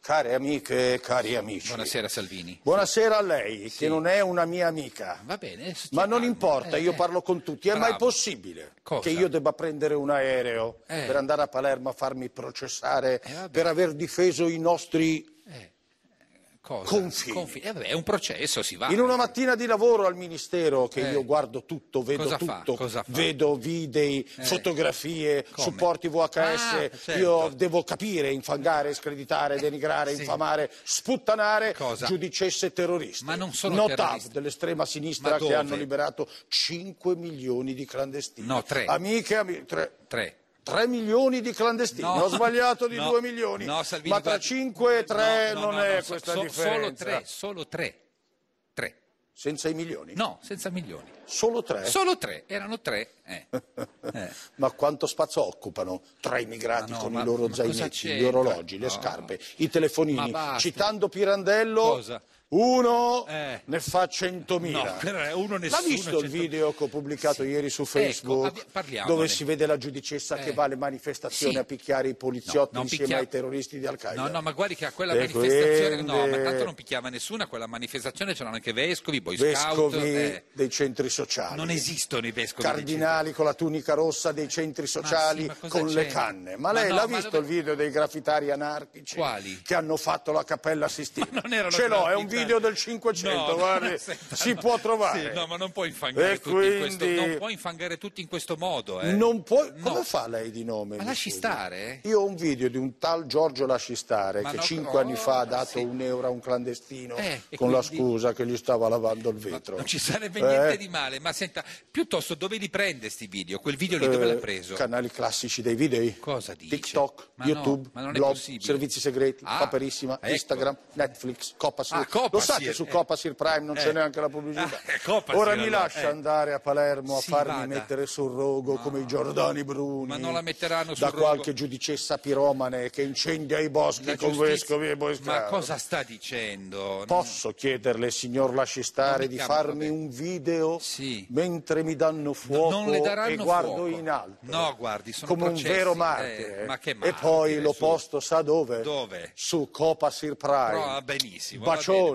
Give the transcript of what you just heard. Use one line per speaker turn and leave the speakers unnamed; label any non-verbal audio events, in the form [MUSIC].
Care amiche e cari amici.
Buonasera Salvini.
Buonasera a lei, che non è una mia amica.
Va bene. stia
Ma non
calmo.
importa,
Eh,
io
eh.
parlo con tutti. È
Bravo.
mai possibile
Cosa?
che io debba prendere un aereo
Eh.
per andare a Palermo a farmi processare
vabbè.
per aver difeso i nostri...
Cosa?
confini.
Eh, vabbè, è un processo, si va.
In una mattina di lavoro al Ministero, che io guardo tutto, vedo
Eh. Cosa fa?
tutto,
Cosa fa? Eh.
vedo video, fotografie,
Come?
supporti VHS,
Ah, certo.
io devo capire, infangare, screditare, denigrare, infamare, sputtanare
Cosa?
giudicesse terroristi.
Ma non sono
Notav
terroristi.
dell'estrema sinistra
Ma
che
dove?
hanno liberato 5 milioni di clandestini.
No, tre.
Amiche, ami- tre.
Tre.
3 milioni di clandestini,
No.
ho sbagliato di
No.
2 milioni,
No, Salvini,
ma tra
guardi-
5 e 3
No, no,
non
no,
è
no, so-
questa
so-
differenza.
Solo tre, solo tre. Tre.
Senza i milioni?
No, senza milioni.
Solo tre?
Solo tre, erano tre.
[LAUGHS]
eh. Eh.
Ma quanto spazio occupano tra i migrati
Ma no,
con
ma-
i loro
ma cosa
zainetti, gli
c'entra?
orologi, le
No.
scarpe, i
Ma
telefonini?
basta.
Citando Pirandello,
Cosa?
uno
Eh.
ne fa centomila.
No, però eh, uno
L'ha
nessuno,
visto il
centomila.
video che ho pubblicato ieri su Facebook
abbi- parliamone.
dove si vede la giudicessa che
Eh.
va alle manifestazioni
Sì.
a picchiare i poliziotti
No, non
insieme
picchia-
ai terroristi di Al-Qaeda?
No, no, ma guardi che a quella
E
manifestazione, no, ma
quindi-
tanto non picchiava nessuno, a quella manifestazione c'erano anche vescovi, boy scout,
vescovi
eh.
dei centri sociali.
non esistono i vescovi. dei
cardinali con la tunica rossa dei centri sociali
ma cosa
con le
c'entra?
canne. Ma
Ma
lei
no,
l'ha
ma
visto il
dove-
video dei graffitari anarchici
Quali?
che hanno fatto la Cappella Sistina?
[LAUGHS] Ma non erano
Ce l'ho, è un
graffitari.
video del 500,
No, [LAUGHS]
guardi,
no, senta,
si
no.
può trovare.
Sì, no, ma non puoi infangare,
E
tutti, in questo,
quindi-
non puoi infangare tutti in questo modo. Eh.
Non puoi...
No.
Come fa lei di nome?
Ma
mi
lasci
scusi?
stare. eh.
Io ho un video di un tal Giorgio Lascistare
Ma
che
no,
cinque
oh,
anni fa ha dato
sì.
un euro a un clandestino
Eh, e
con la
quindi-
scusa che gli stava lavando il vetro.
Non ci sarebbe niente
Eh.
di male, ma senta, piuttosto dove li prende sti video? Quel video lì dove
Eh,
l'ha preso?
Canali classici dei video.
Cosa dice?
TikTok,
Ma no,
YouTube,
ma non è
blog,
possibile.
servizi segreti,
Ah,
Paperissima,
ecco.
Instagram, Netflix, Copasir.
Ah, Copasir,
Lo sa che su
eh.
Copasir Prime non c'è
Eh.
neanche la pubblicità.
Ah, eh, Copasir,
Ora mi
allora,
lascia
eh.
andare a Palermo a
Sì,
farmi
vada.
mettere sul rogo come i Giordani Bruni.
Ma non la metteranno sul
Da
rogo.
qualche giudicessa piromane che incendia i boschi
La
con
giustizia-
vescovi e boiscari.
Ma cosa sta dicendo?
Posso chiederle, signor
Non
Lascistare,
mi
di
chiamo,
farmi
vabbè.
un video
Sì.
mentre mi danno fuoco
non le daranno
e guardo
fuoco.
in alto?
No, guardi, sono
Come
processi,
un vero
eh,
martire.
ma che
e
martire,
poi lo
su.
posto, sa dove?
Dove?
Su Copa Sir Prime.
Però, ah, benissimo. va
Bacioni,